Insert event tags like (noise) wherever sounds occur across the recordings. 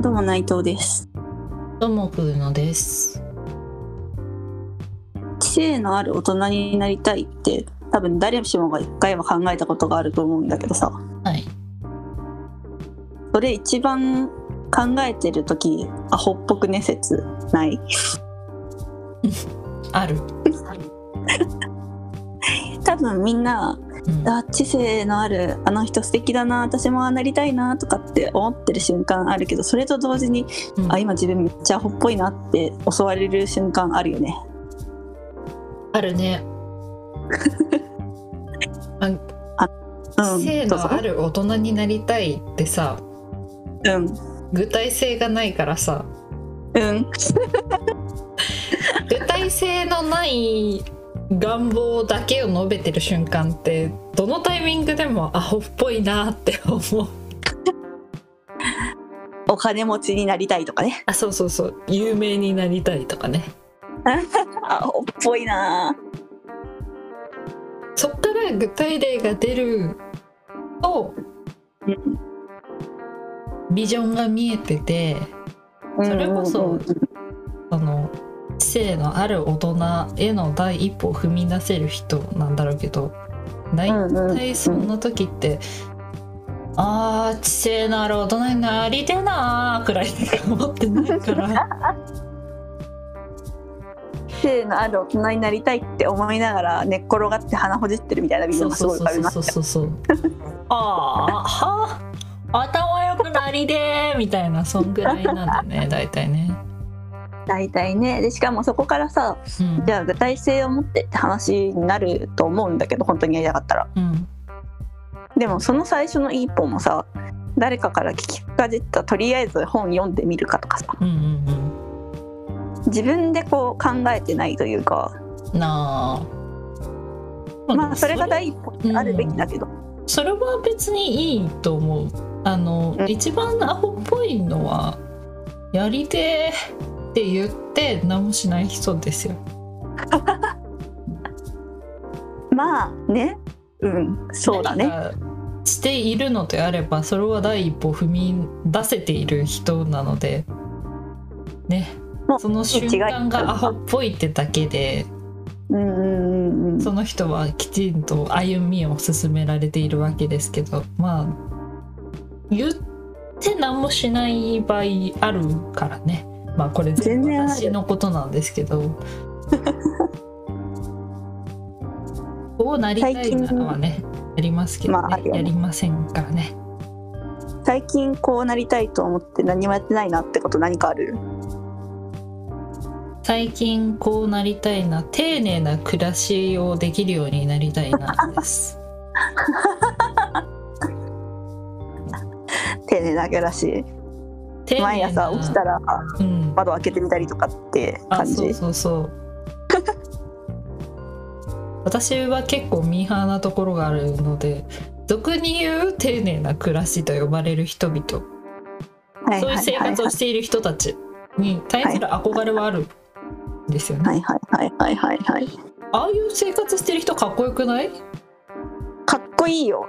どうも内藤です。ともぶのです。知性のある大人になりたいって多分誰しもが一回は考えたことがあると思うんだけどさはい。それ一番考えてる時アホっぽくね説ないある。多分みんなうん、あ知性のあるあの人素敵だな私もああなりたいなとかって思ってる瞬間あるけどそれと同時にうんあ今自分めっちゃアホっぽいなって襲われる瞬間あるよねあるね。うん性どうぞのある大人になりたいってさ、うん具体性がないか (laughs) らさ、うん具体性のない願望だけを述べてる瞬間って、どのタイミングでもアホっぽいなって思う。お金持ちになりたいとかねあ、そうそうそう。有名になりたいとかね。アホっぽいなそっから具体例が出ると、うんビジョンが見えてて、それこそうんうんうんその知性のある大人への第一歩を踏み出せる人なんだろうけど大うんうん体そんな時って、あー知性のある大人になりてえなーくらいしか思ってないから (laughs) 性のある大人になりたいって思いながら寝っ転がって鼻ほじってるみたいなビデそオうがすそごうい浮かびまそうすそうそうあーは頭良くなりでーみたいなそんぐらいなんだ (laughs) よね大体ね。大体ねでしかもそこからさうんじゃあ具体性を持ってって話になると思うんだけど本当にやりたかったらうんでもその最初の一歩もさ誰かから聞きかじったとりあえず本読んでみるかとかさうんうん自分でこう考えてないというかうんなあまあそれが第一歩ってあるべきだけどそれは別にいいと思うあの、うん一番アホっぽいのはやりてーって言って何もしない人ですよまあねうんそうだね何かしているのであればそれは第一歩踏み出せている人なのでねもうその瞬間がアホっぽいってだけでうんうんうんうんその人はきちんと歩みを進められているわけですけどまあ言って何もしない場合あるからねまあこれ全全部然ある私のことなんですけどこうなりたいならはねやりますけど、ねまああるよねやりませんからね最近こうなりたいと思って何もやってないなってこと何かある最近こうなりたいな丁寧な暮らしをできるようになりたいなです丁寧な暮らし丁寧 (laughs) な毎朝起きたらうん窓開けてみたりとかってあ感じそうそうそう私は結構ミーハーなところがあるので俗に言う丁寧な暮らしと呼ばれる人々はいそうはいいうはいはい生活をしている人たちに対する憧れはあるんですよね、はいはいはいはいはいああいう生活してる人かっこよくないかっこいいよ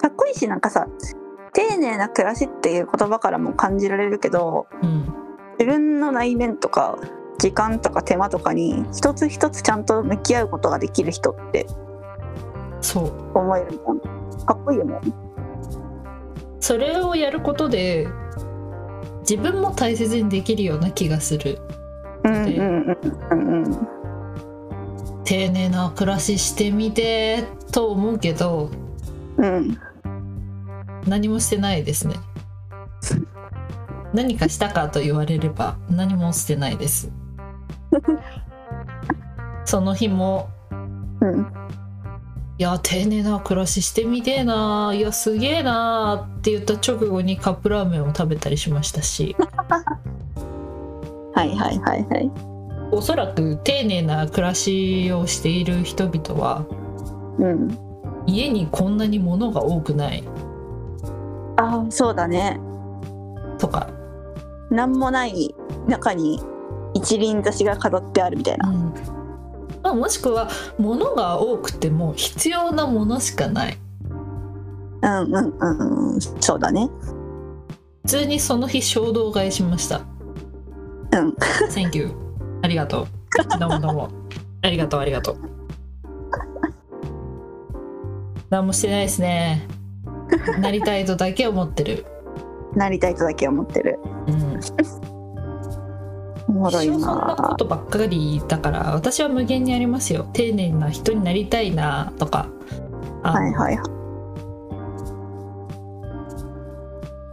かっこいいしなんかさ丁寧な暮らしっていう言葉からも感じられるけどうん自分の内面とか時間とか手間とかに一つ一つちゃんと向き合うことができる人ってそう思えるじゃんかっこいいよねそれをやることで自分も大切にできるような気がするうんうんうんうんうん丁寧な暮らししてみてと思うけどうん何もしてないですね何かしたかと言われれば何もしてないです (laughs) その日もうんいや丁寧な暮らししてみてえないやすげえなって言った直後にカップラーメンを食べたりしましたしはいはいはいはいおそらく丁寧な暮らしをしている人々はうん家にこんなに物が多くないああそうだねとか、何もない中に一輪挿しが飾ってあるみたいな、うんまあ、もしくは物が多くても必要なものしかないうん、うんうんうんそうだね通にその日衝動買いしましたうん Thank you ありがとうどうもどうもありがとうありがとう何もしてないですねなりたいとだけ思ってるなりたいとだけ思ってるうんおもろい一生そんなこなとばっかりだから私は無限にありますよ丁寧な人になりたいなとかあのはいはいは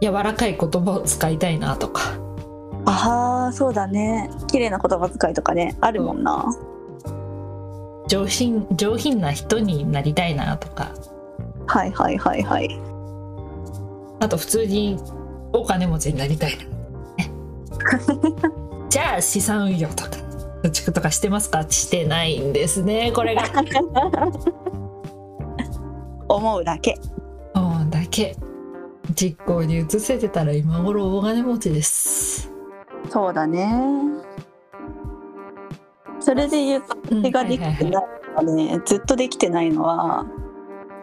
い柔らかい言葉を使いたいなとかああそうだね綺麗な言葉遣いとかねあるもんな上品上品な人になりたいなとかはいはいはいはい (laughs) あと普通にお金持ちになりたいな、ねじゃあ資産運用とか貯蓄とかしてますかしてないんですねこ (laughs) れが思うだけうんだけ実行に移せてたら今頃大金持ちですそうだねそれで言ううん手ができてないのはねずっとできてないのは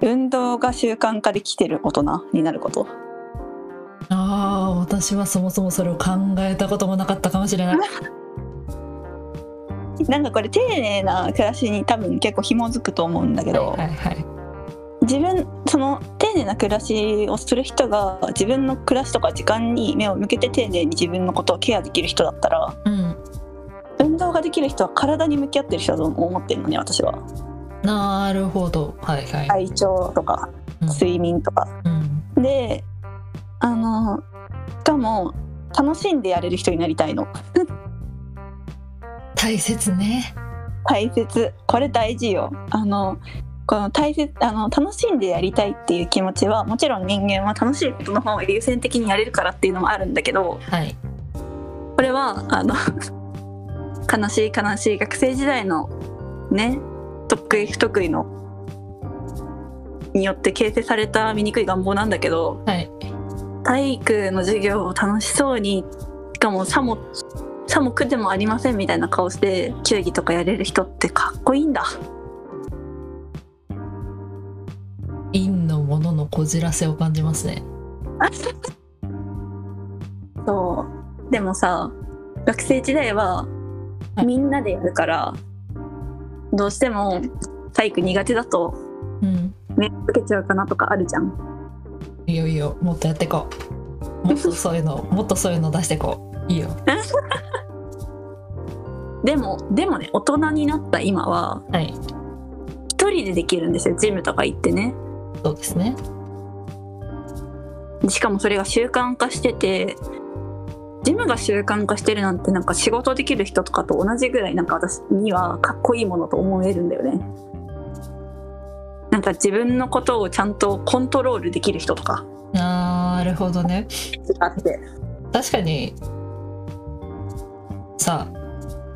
運動が習慣化できてる大人になることああ私はそもそもそれを考えたこともなかったかもしれないなんかこれ丁寧な暮らしに多分結構紐づくと思うんだけど、はいはい自分その丁寧な暮らしをする人が自分の暮らしとか時間に目を向けて丁寧に自分のことをケアできる人だったらうん運動ができる人は体に向き合ってる人だと思ってるのね私はなるほどはいはい、体調とかうん睡眠とか、うんであのしかも楽しんでやれる人になりたいの大切ね大切これ大事よあのこの大切あの楽しんでやりたいっていう気持ちはもちろん人間は楽しいことの方が優先的にやれるからっていうのもあるんだけどはいこれはあの (laughs) 悲しい悲しい学生時代のね得意不得意のによって形成された醜い願望なんだけどはい体育の授業を楽しそうにしかもさもさも苦でもありませんみたいな顔して球技とかやれる人ってかっこいいんだ。陰のもののこじらせを感じますね (laughs) そうでもさ学生時代ははいみんなでやるから、どうしても体育苦手だとうん目をつけちゃうかなとかあるじゃんいいよいいよもっとやっていこうもっとそういうのもっとそういうの出していこういいよでもでもね大人になった今ははい一人でできるんですよジムとか行ってねそうですねしかもそれが習慣化しててジムが習慣化してるなんてなんか仕事できる人とかと同じぐらいなんか私にはかっこいいものと思えるんだよねなんか自分のことをちゃんとコントロールできる人とかなるほどねあって確かにさあ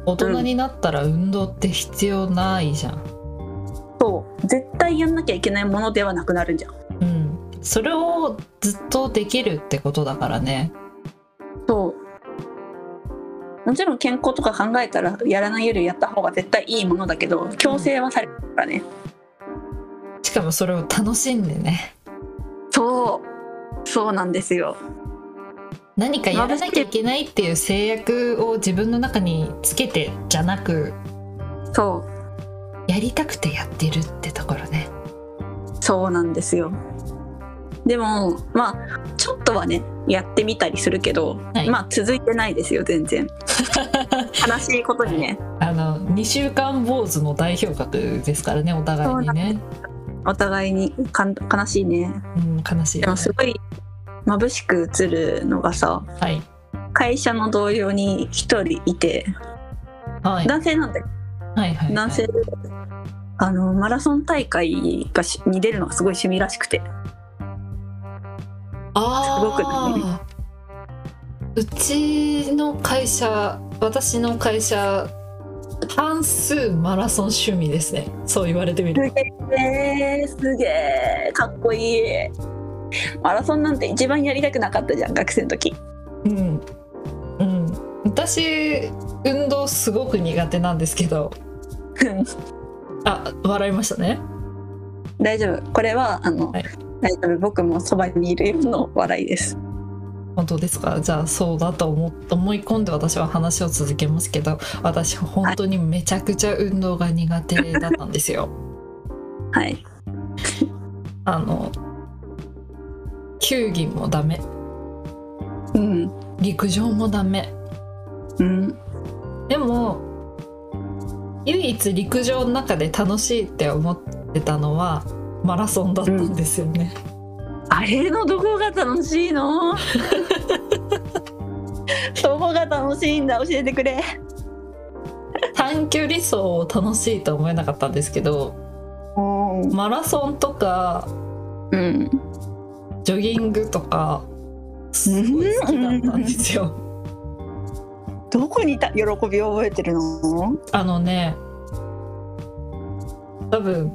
大人になったら運動って必要ないじゃんそう絶対やんなきゃいけないものではなくなるじゃんうんそれをずっとできるってことだからねそうもちろん健康とか考えたらやらないよりやった方が絶対いいものだけど強制はされるからねしかもそれを楽しんでねそうそうなんですよ何かやらなきゃいけないっていう制約を自分の中につけてじゃなくそうやりたくてやってるってところねそうなんですよでもまあちょっとはねやってみたりするけど、はいまあ続いてないですよ全 (laughs) 然悲しいことにねあの2週間坊主の代表格ですからねお互いにねお互いにかん悲しいねうん、悲しいでよもねすごい眩しく映るのがさはい会社の同僚に一人いてはい男性なんだけはいはどい男性であのマラソン大会がしに出るのがすごい趣味らしくてあーうちの会社私の会社半数マラソン趣味ですねそう言われてみるえー、すげえかっこいいマラソンなんて一番やりたくなかったじゃん学生の時 (laughs) うんうん私運動すごく苦手なんですけどうんあ笑いましたね大丈夫これはあの、はい大丈夫僕もそばにいるよの笑いです本当ですかじゃあそうだと思思い込んで私は話を続けますけど私本当にめちゃくちゃ運動が苦手だったんですよ。はい。あの球技もダメうん。陸上もダメうん。でも唯一陸上の中で楽しいって思ってたのはマラソンだったんですよね。あれのどこが楽しい (laughs) のどこが楽しいんだ教えてくれ。短距離走を楽しいと思えなかったんですけどうマラソンとかん。ジョギングとかすごい好きだったんですよ。どこにいた喜びを覚えてるのあのね多分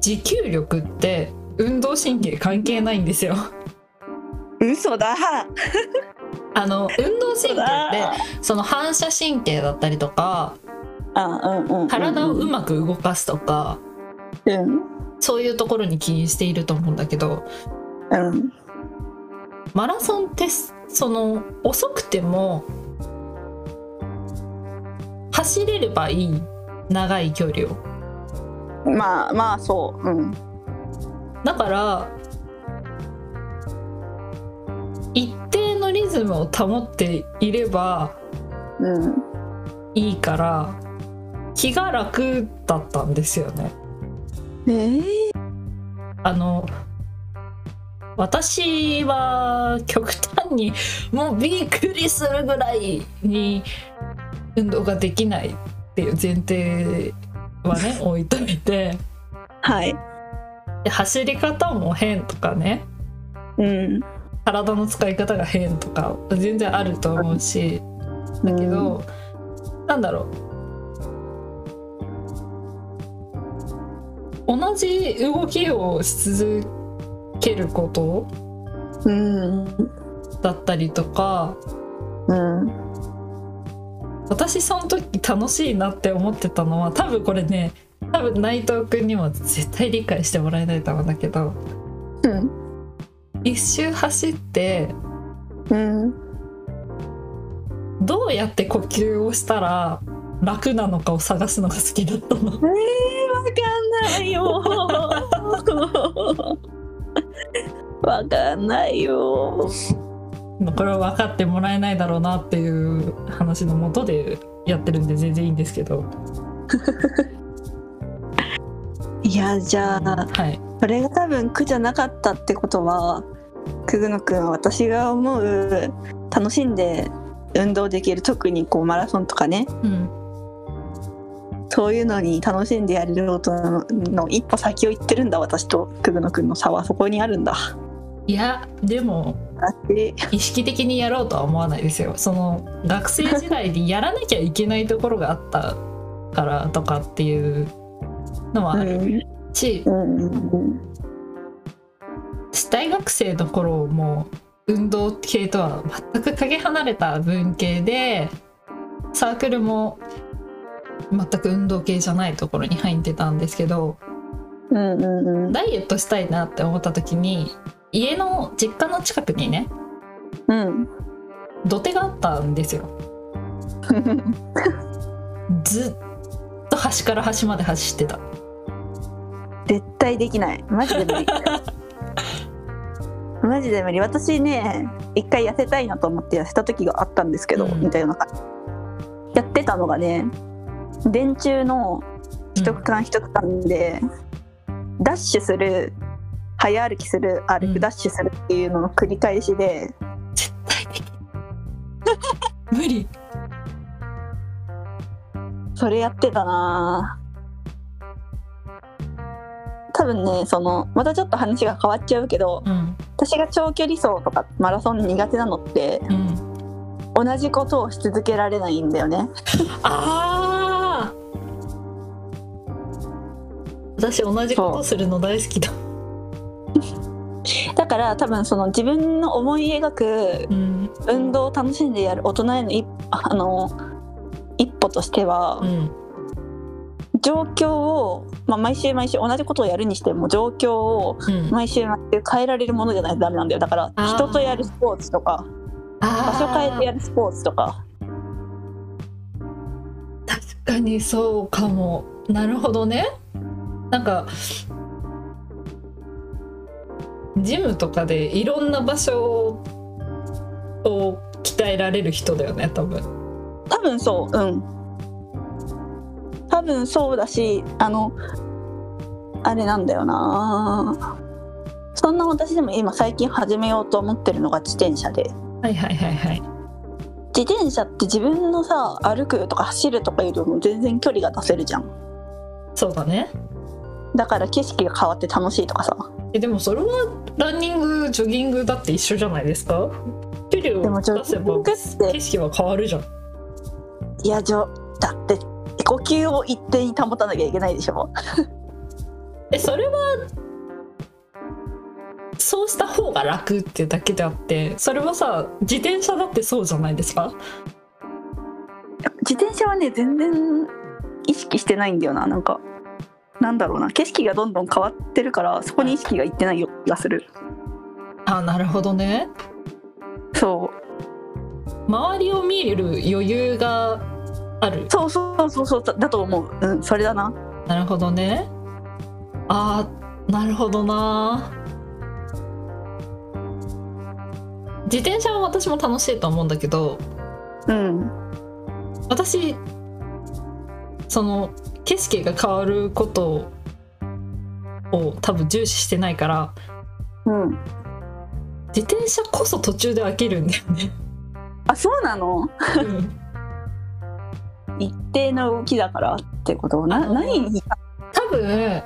持久力って運動神経関係ないんですよ。嘘だあの運動神経ってその反射神経だったりとかあ、うんうんうん。体をうまく動かすとかうん。そういうところに起因していると思うんだけどうん。マラソンってその遅くても走れればいい長い距離を。まあまあそう。うん。だから一定のリズムを保っていればうん。いいから気が楽だったんですよね。ええあの私は極端にもうびっくりするぐらいに運動ができないっていう前提はね置いといてはい。で走り方も変とかねうん。体の使い方が変とか全然あると思うしだだけど、なんだろう同じ動きをし続けることうん。だったりとかうん。私その時楽しいなって思ってたのは多分これね多分内藤君にも絶対理解してもらえないと思うんだけどうん。一周走ってうん。どうやって呼吸をしたら楽なのかを探すのが好きだったえの。えわかんないよ。わかんないよ。これは分かってもらえないだろうなっていう話のもとでやってるんで全然いいんですけどいや、じゃあ、はいこれが多分苦じゃなかったってことは、くぐのくんは私が思う楽しんで運動できる、特にこうマラソンとかね、うんそういうのに楽しんでやれる大人の一歩先を行ってるんだ、私とくぐのくんの差はそこにあるんだ。いやでも私意識的にやろうとは思わないですよその学生時代でやらなきゃいけないところがあったからとかっていうのはあるうんし、うんうん大学生の頃も運動系とは全くかけ離れた文系でサークルも全く運動系じゃないところに入ってたんですけど、うんうんうんダイエットしたいなって思った時に家の実家の近くにねうん (laughs) 土手があったんですよずっと端から端まで走ってた絶対できないマジで無理マジで無理私ね一回痩せたいなと思って痩せた時があったんですけど、うんみたいな感じやってたのがね電柱の一区間一区間で、ダッシュする早歩きする歩うんくダッシュするっていうのの繰り返しで、絶対できない無理それやってたな多分ねそのまたちょっと話が変わっちゃうけどうん私が長距離走とかマラソン苦手なのってうん同じことをし続けられないんだよねあー私同じことするの大好きだだから多分その自分の思い描くうん運動を楽しんでやる大人への一あの一歩としてはう、ん状況を、まあ、毎週毎週同じことをやるにしても状況をうん毎週毎週変えられるものじゃないとダメなんだよだからあー人とやるスポーツとか場所変えてやるスポーツとか確かにそうかもなるほどねなんかジムとかでいろんな場所を鍛えられる人だよね多分多分そううん多分そうだしあのあれなんだよなそんな私でも今最近始めようと思ってるのが自転車ではいはいはいはい自転車って自分のさ歩くとか走るとかよりも全然距離が出せるじゃんそうだねだから景色が変わって楽しいとかさえでもそれはランニングジョギングだって一緒じゃないですか距離でもをジ出せョギンばグって景色は変わるじゃんいやジョだって呼吸を一定に保たなきゃいけないでしょえそれはそうした方が楽ってだけであってそれはさ自転車だってそうじゃないですか自転車はね全然意識してないんだよななんかなんだろうな景色がどんどん変わってるからそこに意識がいってないような気がするあなるほどねそう周りを見える余裕があるそうそうそうそうだだと思ううんそれだななるほどねあーなるほどな自転車は私も楽しいと思うんだけどうん私その景色が変わることを多分重視してないからうん自転車こそ途中で飽きるんだよね。あそうなの一定の動きだからってことな何に多分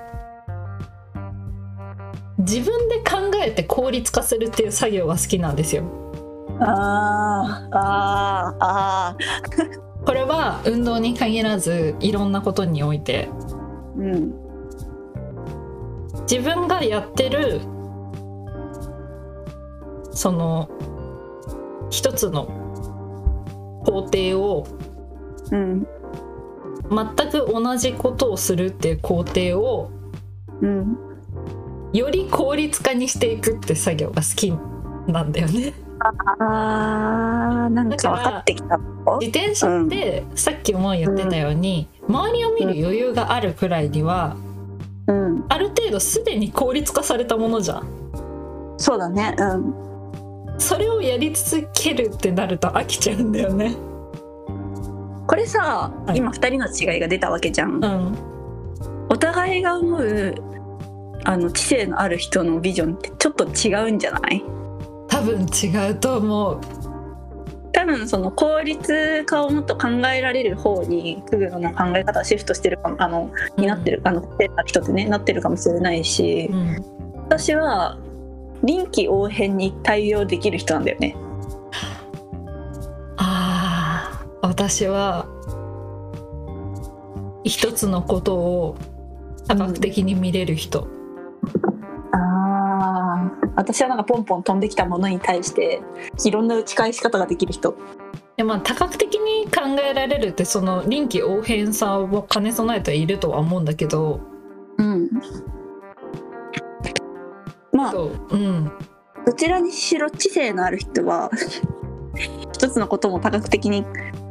自分で考えて効率化するっていう作業が好きなんですよ。あーあーああこれは運動に限らずいろんなことにおいてうん自分がやってるその一つの工程をうん全く同じことをするっていう工程をうんより効率化にしていくって作業が好きなんだよね。ああなんか分かってきた自転車ってさっきも言ってたように、周りを見る余裕があるくらいにはうんある程度すでに効率化されたものじゃんそうだねうんそれをやり続けるってなると飽きちゃうんだよねこれさ、はい今2人の違いが出たわけじゃんうんお互いが思うあの知性のある人のビジョンってちょっと違うんじゃない多分違うと思う多分その効率化をもっと考えられる方にクグロの考え方はシフトしてるかもあのになってる、あの知性のある人ってねなってるかもしれないし、うん、私は臨機応変に対応できる人なんだよねあー私は一つのことを多角的に見れる人、あ私はなんかポンポン飛んできたものに対していろんな打ち返し方ができる人でまあ多角的に考えられるってその臨機応変さを兼ね備えているとは思うんだけど、うんまあそううん、どちらにしろ知性のある人は一つのことも多角的に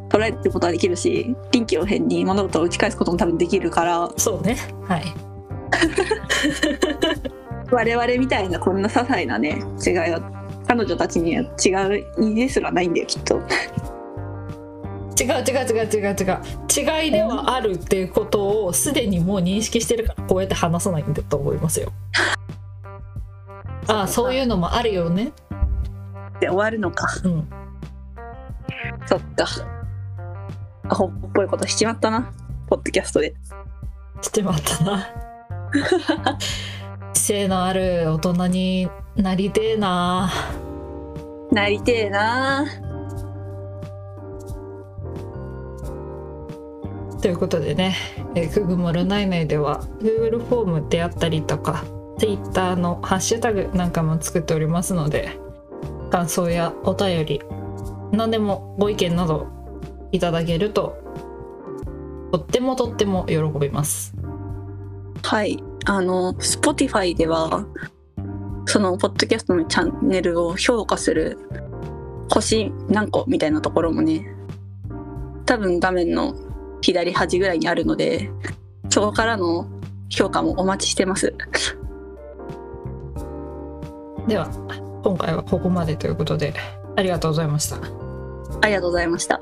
捉えることができるし臨機応変に物事を打ち返すことも多分できるからそうねはい我々みたいなこんな些細なね違いは彼女たちには違う意義すらないんだよきっと。違う違う違う違う違う違いではあるっていうことをすでにもう認識してるからこうやって話さないんだと思います (laughs) よああそういうのもあるよねで終わるのかうんそっかアホっぽいことしちまったなポッドキャストで。してまった (laughs) な知性のある大人になりてえななりてえなということでね「えー、くぐもるないない」では Google フォームであったりとか Twitter のハッシュタグなんかも作っておりますので感想やお便り何でもご意見などいただけるととってもとっても喜びます。はい、あの Spotify ではそのポッドキャストのチャンネルを評価する星何個みたいなところもね多分画面の左端ぐらいにあるのでそこからの評価もお待ちしてますでは今回はここまでということでありがとうございました。ありがとうございました